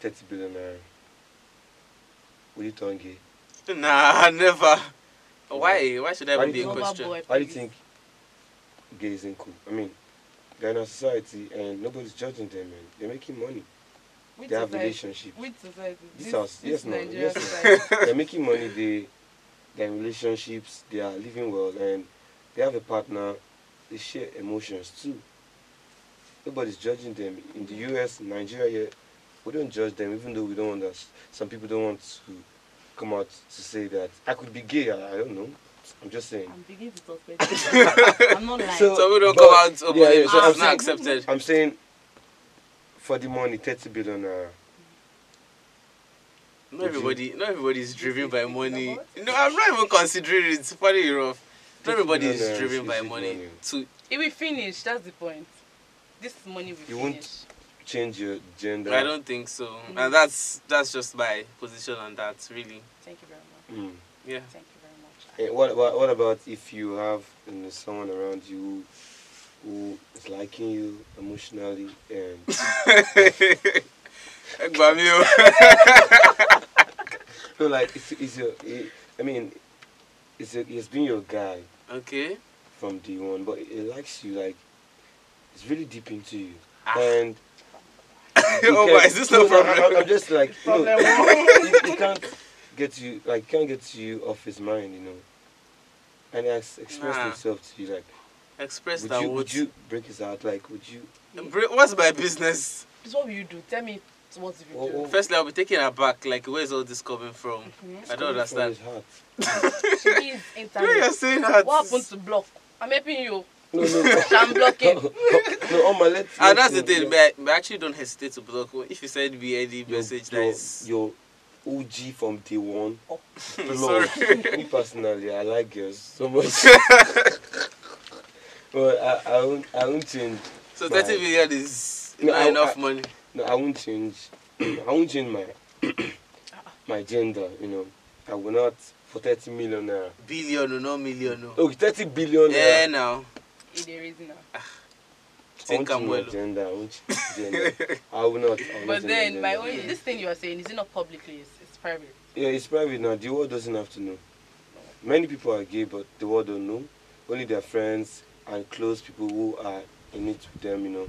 B: thirty billion naira, will you turn gay?
C: Nah, never. Why? Why should that
B: Why
C: even be a
B: do you-
C: question?
A: Overboard.
B: Why do you think gays isn't cool? I mean, they're in our society and nobody's judging them, man. They're making money.
A: Which
B: They have
A: society?
B: relationship.
A: Which society?
B: This house, yes, ma'am,
A: Nigeria
B: yes, ma'am.
A: society.
B: they're making money. They, they're in relationships. They are living well, and they have a partner. They share emotions too. Nobody's judging them in the U.S., Nigeria. Here, we don't judge them, even though we don't understand. Some people don't want to come out to say that I could be gay. I, I don't know. I'm just saying.
D: I'm beginning to suspect. I'm not lying.
B: So-
C: So we don't
B: But-
C: come out openly
B: yeah, yeah,
C: because
B: so
C: it's
B: I'm
C: not
B: saying-
C: accepted.
B: I'm saying for the money, 30 billion naira.
C: Not everybody, not everybody is driven by money. No, I'm not even considering it. It's funny enough. Not everybody
B: No, no,
C: is driven
B: it's-
C: by
B: it's
C: money.
B: money.
C: To
A: It will finish. That's the point. This money will
B: You
A: finish.
B: won't- Change your gender.
C: I don't think so, and that's that's just my position on that. Really,
A: Thank you very much.
B: Mm.
C: yeah.
A: Thank you very much.
B: Eh, What, what, what about if you have you know, someone around you who is liking you emotionally and
C: Ẹ gbà mí o.
B: no, like it's, it's your, it, I mean, it's a, it's been your guy
C: Okay.
B: from day one, but he likes you like it's really deep into you,
C: Ah.
B: and you
C: oh my,
B: can't-
C: is this no
B: no, I- I'm
C: problem?
B: just like you know, he, he can't get you like can't get you off his mind, you know, and he has expressed
C: Nah.
B: himself to you like
C: Express
B: would
C: that
B: you
C: what?
B: would you break his heart like would you
C: Bro, What's my business?
A: Please, what will you do? Tell me what will you
B: What-
A: do.
B: what-
C: Firstly, I'll be taking her back. Like, where's all this coming from? I don't
B: Coming from
C: understand.
B: his heart.
A: She needs
C: Yeah, you're
A: Mm-hmm. internet.
C: saying that.
A: What happened to block? I'm helping you.
B: No, no,
A: I'm blocking.
B: no, Omar, let's.
C: And
B: let's-
C: Ah, that's the thing, but I, but I actually don't hesitate to block one. if you send me any
B: Your-
C: message that
B: your,
C: is.
B: your OG from day one.
A: Oh.
B: Blow. Me personally, I like girls so much. but I, I won't, I won't change.
C: So 30
B: Right.
C: million is
B: No,
C: not
B: I-
C: enough
B: I-
C: money.
B: No, I won't change. I won't change my my gender. You know, I will not for thirty million naira.
C: Billion, or no million. No.
B: Okay, thirty billion
C: Yeah,
B: naira.
C: now.
A: It is now.
B: I
C: Think
B: won't
C: I'm
B: change my
C: well.
B: gender. I won't change gender. I will not. I will not
A: But
B: change
A: then, my
B: gender.
A: own, this thing you are saying, is it not publicly? It's, it's private.
B: Yeah, it's private now. The world doesn't have to know. Many people are gay, but the world don't know. Only their friends and close people who are in it with them, you know,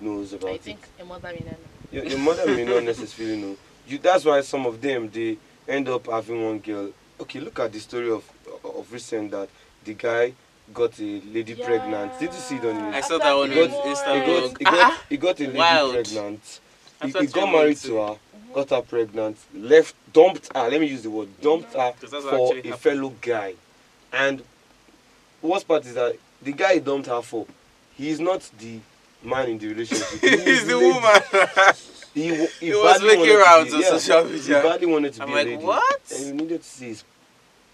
B: knows about
A: I
B: it.
A: think a mother in an
B: Your, your mother may not necessarily know. You. That's why some of them they end up having one girl. Okay, look at the story of of recent that the guy got a lady pregnant. Did you see it on
C: I
B: the
C: saw that one
B: on He
C: Instagram.
B: got, he got, he got a lady
C: Wild.
B: pregnant. He,
C: After
B: he
C: three
B: got married
C: months,
B: to her, got her pregnant, left, dumped her. Let me use the word dumped her
C: 'Cause that's what
B: for
C: actually
B: a
C: happened.
B: fellow guy. And worst part is that the guy he dumped her for, he is not the man in the relationship. He is
C: He's the
B: lady.
C: woman.
B: He, wa- he
C: He was
B: badly
C: making
B: wanted to
C: rounds
B: be-
C: on
B: yeah,
C: social
B: He
C: media.
B: badly wanted to
C: I'm
B: be
C: like,
B: a lady.
C: what?
B: And you needed to see his,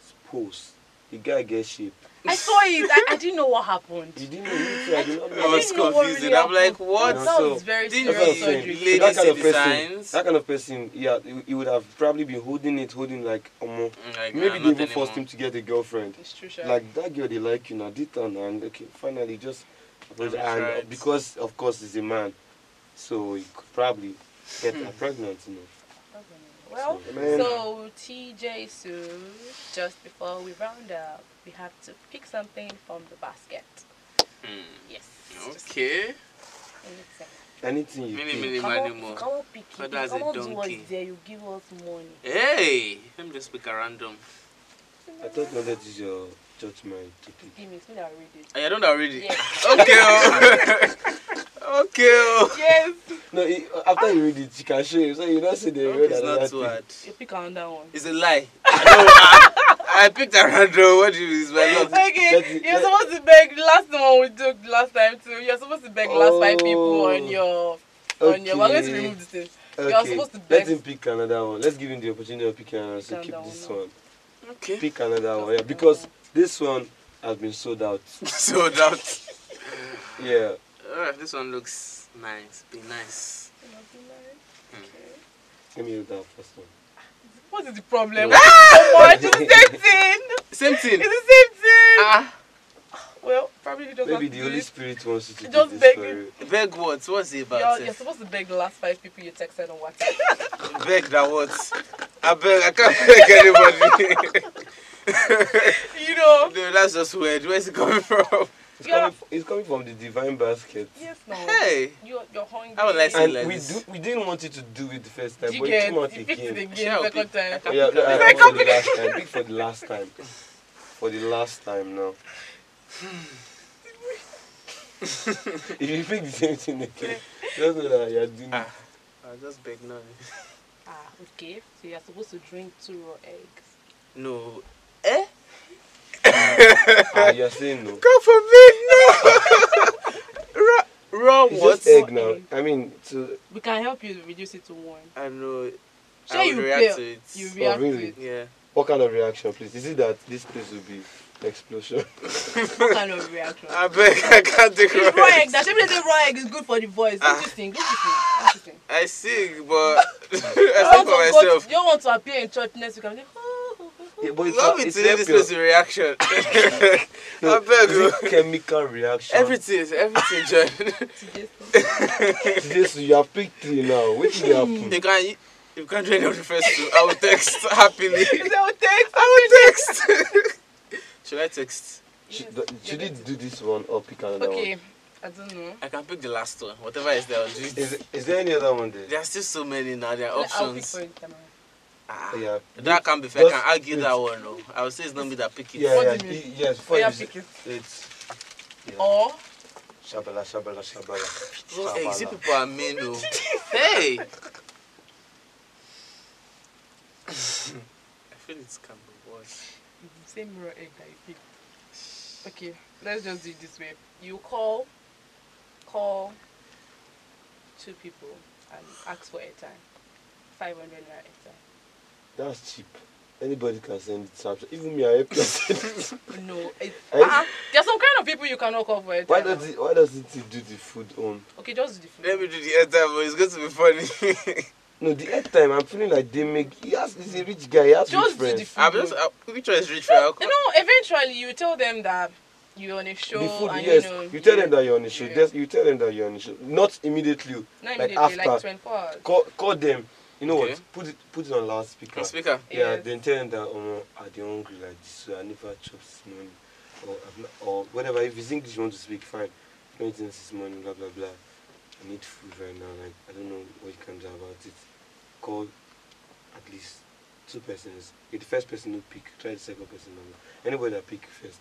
B: his post. The guy gets shape.
A: I saw it. I, I didn't know what happened.
B: You didn't know. me too, I did not
C: I
B: know.
C: was
A: didn't know what
C: confused.
A: really
C: I'm like,
A: happened.
C: what?
B: You
A: That
B: know, so-
A: was very
C: Didn't
B: That's what I'm
A: serious
C: he-
B: saying.
A: surgery.
C: Ladies
B: that kind
C: see
B: of
C: the
B: person,
C: signs.
B: that kind of person, yeah, he, he would have probably been holding it, holding like, um,
C: Mm, Like,
B: maybe
C: nah,
B: they
C: not
B: even forced him
C: anymore.
B: to get a girlfriend.
A: It's true, sure.
B: Like that girl, they like you now, did and and okay, finally just,
C: Let me
B: and
C: try it.
B: because of course he's a man, so he could probably get
C: Hmm.
B: her pregnant, you know.
A: Well,
B: So, man.
A: so TJ Sue, just before we round up, we have to pick something from the basket.
C: Hmm.
A: Yes. Just
C: Okay.
A: anything.
B: Anything you
C: Mini,
B: think.
C: mini.
A: Come on,
C: more.
A: come on, pick
C: But
A: it.
C: that's
A: Come
C: a
A: on, do what's
C: donkey.
A: there. You give us money.
C: Hey, let me just pick a random.
B: I thought now that is your judgment to pick.
A: Give me, so that I read it.
C: I don't already.
A: Yes.
C: Okay. oh. okay. oh.
A: yes.
B: No, he, after you read it, you can show you, so you don't see the road
C: Ah. It's
B: and
C: not
B: everything.
C: too hard.
A: You pick another one.
C: It's a lie. I, don't- I picked a random. What do you mean? It's my luck.
B: Let's-
A: Okay, you're
B: let-
A: supposed to beg the last one we took the last time too. You're supposed to beg last five people
B: Oh,
A: on your on your. We're going to remove this thing.
B: Okay.
A: You're supposed to
B: Let
A: beg-
B: him pick another one. Let's give him the opportunity of picking another. So
A: Pick
B: keep
A: another
B: this
A: one
B: one.
C: Okay.
B: Pick another one, yeah, because this one has been sold out.
C: So that.
B: Yeah.
C: Uh, this one looks nice. Be nice. Mm.
B: Let me use that first one.
A: What is the problem? Ah! Come on, it's the same thing.
C: Same thing.
A: It's the same thing.
C: Ah,
A: Well, probably you just
B: Maybe
A: have to
B: the
A: do
B: Holy
A: it.
B: Spirit wants you to
A: Just
B: do this
A: beg
B: for
A: him.
B: you.
C: beg what? What's it about?
A: You're, you're supposed to beg the last five people you texted on WhatsApp.
C: Beg that what? I beg. I can't beg anybody.
A: you know.
C: no, that's just weird. Where's it coming from?
B: It's,
A: Yeah.
B: coming, f- it's coming from the divine basket.
A: Yes, no.
C: Hey.
A: You're, you're hungry.
C: I would like
B: And
C: Something like
B: we
C: this.
B: do, we didn't want you to do it the first time,
A: you
B: but it
A: get
B: came out
A: you picked it
B: again.
A: again
C: Shall we
A: second
C: pick-
A: time.
B: Oh, yeah, no, I- for the last time. Pick for the last time. For the last time now. if you pick the same thing again, just know that you're doing it.
C: I'll just beg now.
A: Ah, okay. So you're supposed to drink two raw eggs.
C: No. Eh?
B: Ah, you're saying no.
C: Come for me, no! raw, raw
B: It's
C: what?
B: just egg now.
A: Egg.
B: I mean, to
A: We can help you reduce it to one.
C: I know.
A: Sure,
C: I
A: you
C: would react
A: pay-
C: to it.
A: You react
B: really?
A: to it.
C: yeah.
B: what kind of reaction, please? Is it that this place will be explosion?
A: What kind of reaction?
C: I beg, I can't take
A: It's raw egg.
C: it.
A: That should raw egg is good for the voice.
C: Ah.
A: Don't you think? Don't you think? Don't you think?
C: I sing, but I
A: You
C: sing
A: want to
C: for
A: go-
C: myself.
A: you don't want to appear in church next week. I'm like, oh,
B: Yeah, but it's
C: Love
B: not-
C: it
B: it's
C: to this
B: not
C: place of reaction. I
B: No,
C: beg you.
B: is it chemical reaction.
C: Everything, is- everything, John.
A: today's
B: This you have picked three now. Which will happen?
C: you can you, you can't do any of the first two. I will text happily.
A: will take.
C: I will text. Should I text?
B: Should, should it do this one or pick another
A: Okay,
B: one?
A: I don't know.
C: I can pick the last one. Whatever is there, I'll do it.
B: Is, is there any other one there?
C: There are still so many now. There are
A: I'll pick
C: options.
A: for it tomorrow.
C: Ah,
B: Yeah.
C: That can be fair. I can
B: Just-
C: argue that one. No, I will say it's not me that pick it.
B: Yeah,
A: What
B: yeah,
A: do you
B: y- yes.
A: Oh,
B: For
A: yeah,
B: you,
A: pick it.
B: it's yeah.
C: Oh.
A: Or
B: shabala, shabala, shabala.
C: Well, hey, you see
B: Shabala.
C: people are mean. oh. hey. I feel it can be worse.
A: same raw egg that you picked. Okay, let's just do it this way. You call, call two people and ask for airtime. 500 naira airtime.
B: That's cheap. Anybody can send it. Snapchat. Even me, I help you send it.
A: No, it's,
B: Are you-
A: uh-uh. there's some kind of people you cannot call for airtime.
B: Why
A: now.
B: does it? Why doesn't it do the food on?
A: Okay, just do the food.
C: Let me do the air time, but it's going to be funny.
B: No, the airtime. time. I'm feeling like they make. He has. He's a rich guy. He has
A: Just
B: rich
A: do the
B: friends.
A: food.
C: I'm just, uh, which one is rich for alcohol?
A: No, eventually you tell them that you're on a show
B: the food,
A: and
B: yes.
A: you
B: You,
A: know.
B: tell them that you're on the show.
A: Yeah.
B: Just you tell them that you're on the show. Not immediately. oh.
A: Not
B: like
A: immediately, like,
B: after.
A: 24 hours.
B: Call, call them. You know
C: Okay.
B: what? Put it. Put it on loudspeaker.
C: On speaker.
B: Yeah.
A: Yes.
B: Then tell them that um, are they hungry like this? So I never chop this morning, or I've not, or whatever. If it's English, you want to speak fine. If not eating this morning, blah blah blah. I need food right now. Like I don't know what you can do about it. Call at least two persons. If the first person who pick, try the second person number. Anybody that pick first.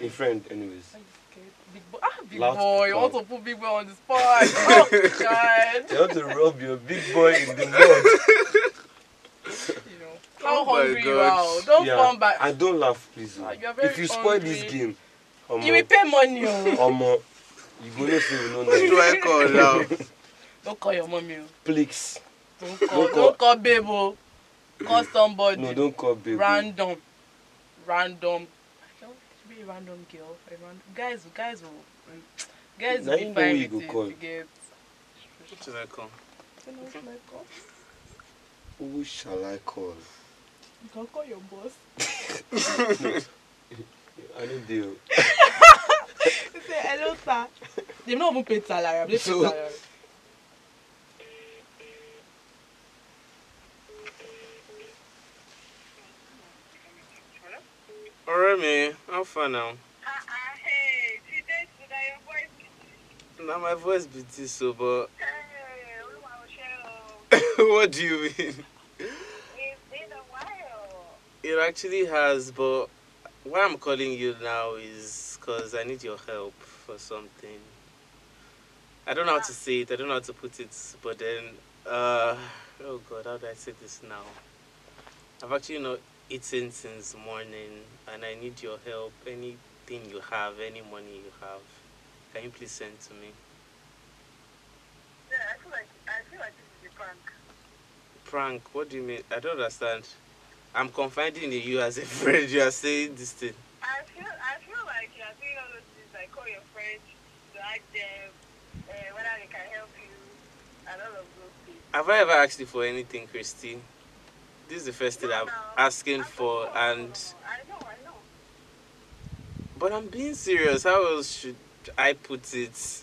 A: Yeah.
B: A friend, anyways.
A: Why you scared? Big boy. Ah, big
B: Loud
A: boy. You want
B: people.
A: to put big boy on the spot. Oh, God.
B: They want to rub your big boy in the mud.
A: You know, how
C: Oh my
A: hungry you
C: God.
A: are. Don't
B: Yeah,
A: come back.
B: And don't laugh, please. oh.
A: Ah, you are very
B: if you spoil this
A: hungry.
B: game,
A: you will
B: Omo,
A: pay money. oh.
B: Omo, you go to say no
C: What do
B: no.
C: I call now?
A: don't call your mommy. oh.
B: Please.
A: Don't call.
B: Don't
A: Don't
B: call.
A: call, babe. oh. Call somebody.
B: No, don't call baby.
A: Random. Random. Don't be a random girl. A random. Guys, guys will. Guys
B: Now
A: will
B: you
A: be
B: know
A: fine
B: who you
A: with
B: go
A: it.
B: call.
A: You get.
C: What should I call?
A: You know, like, oh,
B: Who shall I call?
A: You can call your boss.
B: I need deal.
A: They say, hello, sir. They've not even paid salary. I've just paid
B: So-
A: salary.
C: Alright, man. I'm fine now.
E: Uh-uh, hey, she did today, your voice is
C: Now my voice be this, so but
E: terrible. We want to share, uh,
C: what do you mean?
E: It's been a while.
C: It actually has, but why I'm calling you now is because I need your help for something. I don't know how to say it, I don't know how to put it, but then, uh, oh god, how do I say this now? I've actually not eaten since morning and I need your help. Anything you have, any money you have, can you please send to me?
E: Yeah, I feel like I feel like this is a prank.
C: Prank, what do you mean? I don't understand. I'm confiding in you as a friend, you are saying this thing.
E: I feel I feel like you are doing all those things like call your friends to ask them uh, whether they can help you and all of those things.
C: Have I ever asked you for anything, Christy? This is the first thing I'm asking for, and
E: I know, I know.
C: but I'm being serious. How else should I put it?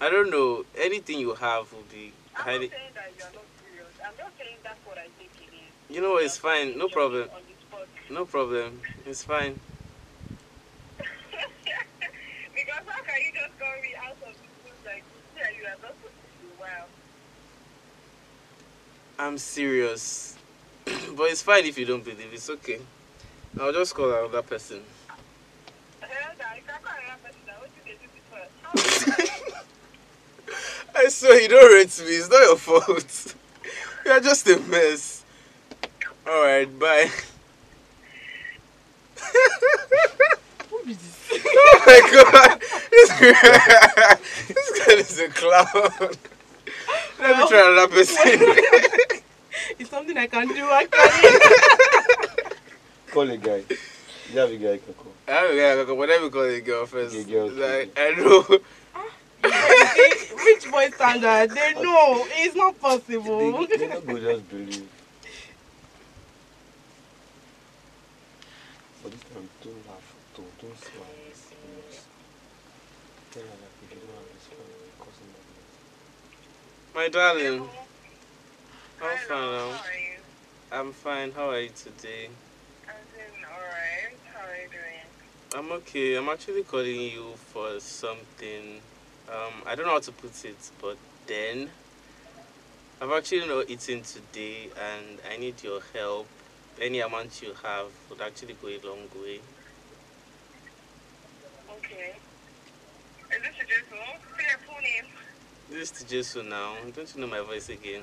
C: I don't know. Anything you have will be
E: I'm
C: highly.
E: not saying that you are not serious. I'm just saying that's what I think it is.
C: You know, it's fine. No
E: You're
C: problem.
E: On the spot.
C: No problem. It's fine.
E: because how can you just call me out of the blue like yeah, you are not supposed to be wild?
C: I'm serious. but it's fine if you don't believe. It's okay. I'll just call another person. I swear you don't rate me. It's not your fault. You're just a mess. Alright, bye. oh my god! This guy, this guy is a clown. Let me try another person.
A: It's something I can do. I can.
B: Call a guy. You have a guy you can call.
C: I don't know, like, whatever you call a girl first.
B: Okay, girl, okay.
C: like, I know.
A: Rich boy standard. They know it's not possible.
B: They, they not go just believe. But this time, don't laugh. Don't, don't smile. It's serious. Tell her that if you don't have this family, you're causing that
C: My darling, I'm fine
E: Hello,
C: now.
E: how are you?
C: I'm fine. How are you today?
E: I'm doing alright. How are you doing?
C: I'm okay. I'm actually calling you for something. Um, I don't know how to put it, but then I've actually not eaten today, and I need your help. Any amount you have would actually go a long way.
E: Okay. Is this a just move? Say your full name.
C: This is Jesu now. Don't you know my voice again?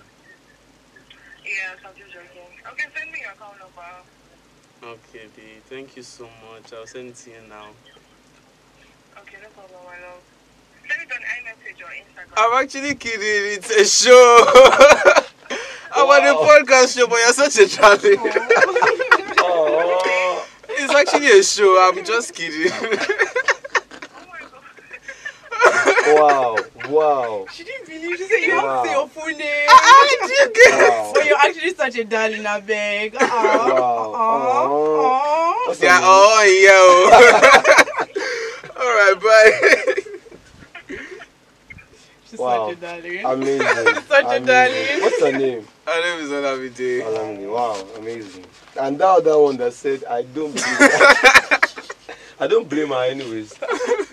E: Yes, I'm just joking. Okay, send me your account number.
C: Okay, B. Thank you so much. I'll send it to you now.
E: Okay, no problem, my love. Send it on iMessage or Instagram.
C: I'm actually kidding. It's a show. I'm
B: Wow.
C: on a podcast show, but you're such a darling.
B: Oh,
C: It's actually a show. I'm just kidding.
E: Oh my god.
B: Oh, wow, wow,
A: She didn't believe. She said you
B: Wow.
A: have to say your full name. ah.
B: wow.
A: But you're actually such a darling, I beg. Ah, Aww,
B: Wow.
A: aww, aww.
B: What's
C: yeah.
B: up, man?
C: Oh, yo. All right. Bye.
A: She's
B: Wow.
A: such a darling.
B: Amazing.
A: Such a
B: amazing.
A: darling.
B: What's her name?
C: My name is Olamide.
B: Alamini. Wow, amazing. And that other one that said, I don't blame her. I don't blame her anyways.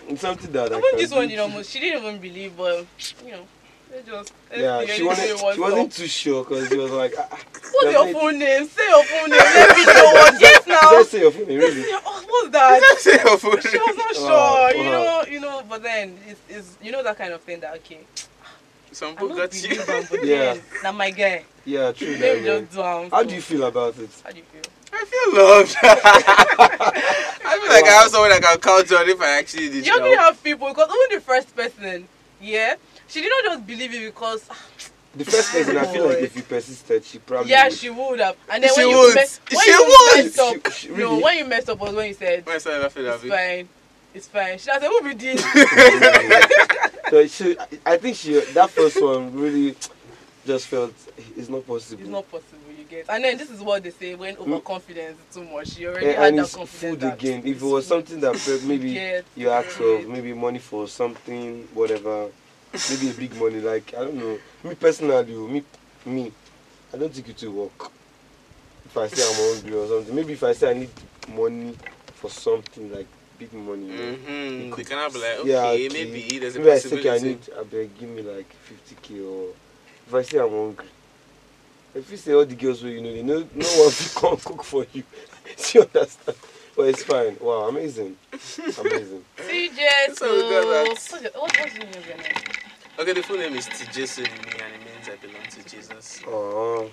B: It's something that I
A: Even
B: can
A: this
B: do.
A: one did almost. She didn't even believe, but you know, they just. let's
B: Yeah,
A: see
B: she
A: anything
B: wasn't,
A: wants
B: she wasn't
A: up.
B: too sure because she was like, ah, ah,
A: What's
B: there's
A: your
B: no-
A: full name? Say your full name. Let me know what just
B: Just
A: now.
B: say your full name, really.
A: Oh, what's that?
C: Say your full
A: She was not sure,
B: Oh, Wow,
A: you
B: wow.
A: know, you know. But then it's, it's you know that kind of thing that okay.
C: Some
A: I'm not
C: Bugatti.
A: believing, but
B: Yeah.
A: then now my guy.
B: Yeah, true.
A: Let
B: That,
A: me
B: man.
A: just do am.
B: How do you feel about it?
A: How do you feel?
C: I feel loved. I feel like I
B: Wow.
C: have someone I can count on if I actually did
A: You're
C: help.
A: gonna have people because even the first person, yeah, she did not just believe it because ah,
B: The first person, I feel like if you persisted, she probably.
A: yeah
B: would.
A: she would have. And then
C: She
A: when
C: would.
A: you mess, when
C: She
A: you
C: would.
A: messed up,
B: She- she-
A: no,
B: really?
A: when you messed up was when you said
C: When I started laughing
A: it's
C: at it.
A: fine, it's fine. She said who be this?
B: so she, I think she that first one really just felt it's not possible.
A: it's not possible. You get. And then this is what they say when overconfidence is too much. She already
B: and,
A: had
B: Mm. and
A: that
B: it's
A: confidence.
B: food
A: that
B: again. If
A: it's
B: it was
A: food.
B: something that pe- maybe
A: Yes,
B: you Mm. asked
A: yes.
B: of, maybe money for something, whatever, maybe a big money, like I don't know. Me personally, oh, me, me, I don't think it will work. If I say I'm hungry or something, maybe if I say I need money for something like big money. you know,
C: Mm-hmm.
B: could-
C: You cannot be like, okay,
B: yeah,
C: maybe there's a
B: maybe I say,
C: possibility.
B: okay, I need, I beg, give me like 50k or if I say I'm hungry. If you say all the girls who you know, they know no one will come cook for you. Do you understand? But it's fine. Wow, amazing, amazing.
A: CJ
C: So we got
A: too.
C: that.
A: Such a- What what's your name again?
C: Okay, the full name is TJ Sunimi and it means I belong to Jesus.
B: Oh,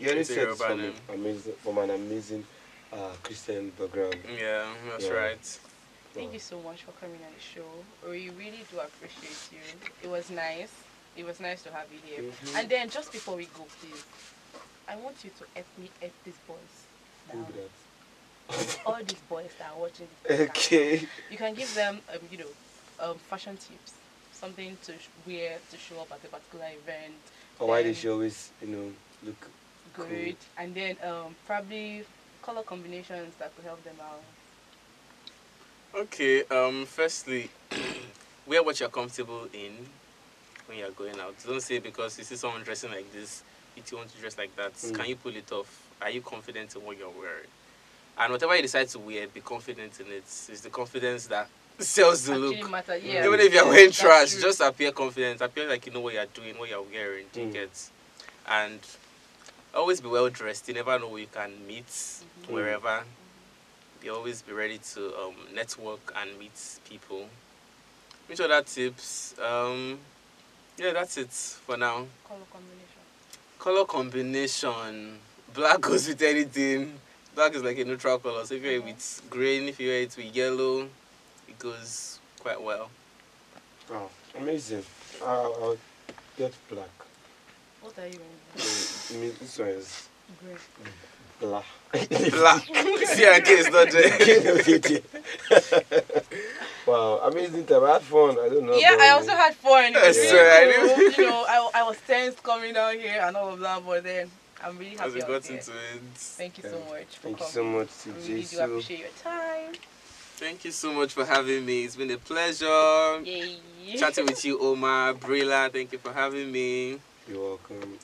B: you already
C: It's a
B: said it's
C: Yoruba
B: from
C: name.
B: an amazing, from an amazing uh, Christian background.
C: Yeah, that's
B: Yeah.
C: right.
A: Thank you so much for coming on the show. We really do appreciate you. It was nice. It was nice to have you here.
B: Mhm.
A: And then just before we go, please, I want you to help me help these boys.
B: Who
A: down.
B: did
A: All these boys that are watching this.
B: that?
A: podcast.
B: Okay.
A: You can give them, um, you know, um, fashion tips, something to sh- wear to show up at a particular event.
B: Or why did
A: then
B: she always, you know, look?
A: good,
B: Cool.
A: and then um, probably color combinations that could help them out.
C: Okay, um, firstly, wear what you're comfortable in when you're going out. Don't say because you see someone dressing like this, if you want to dress like that,
B: Mm.
C: can you pull it off? Are you confident in what you're wearing? And whatever you decide to wear, be confident in it. It's the confidence that sells the
A: Actually,
C: look.
A: matter. Yeah.
C: Even if you're wearing
A: That's
C: trash,
A: true.
C: just appear confident. Appear like you know what you're doing, what you're wearing. Do you
B: Mm.
C: get? And always be well dressed. You never know who you can meet
A: Mm-hmm.
C: wherever. You always be ready to um, network and meet people. Which other tips? Um, yeah, that's it for now.
A: color combination.
C: color combination. Black goes with anything. Black is like a neutral color. So if
A: Mm-hmm.
C: you're with green, if you're it with yellow, it goes quite well.
B: Oh, amazing. I'll, I'll get black.
D: What are you?
B: Mm, me- this one is
D: Great.
B: black.
C: Black. See, I guess not there.
B: wow, amazing time. I had fun. I don't know.
A: yeah,
B: about
A: I
B: you.
A: also had fun. It was
B: Yes,
A: really
C: Oh,
A: cool.
C: sir, I do.
A: you know, I, I was tense coming down here and all of that, but then I'm really
C: As
A: happy.
C: we
A: I
C: got
A: was
C: into
A: here.
C: it.
A: Thank you so
B: Yeah.
A: much for
B: Thank you so
A: coming.
B: much,
A: I
B: CJ.
A: really do
B: So,
A: appreciate your time.
C: Thank you so much for having me. It's been a pleasure.
D: Yay.
C: Chatting with you, Omar, Brilla. Thank you for having me.
B: you're welcome.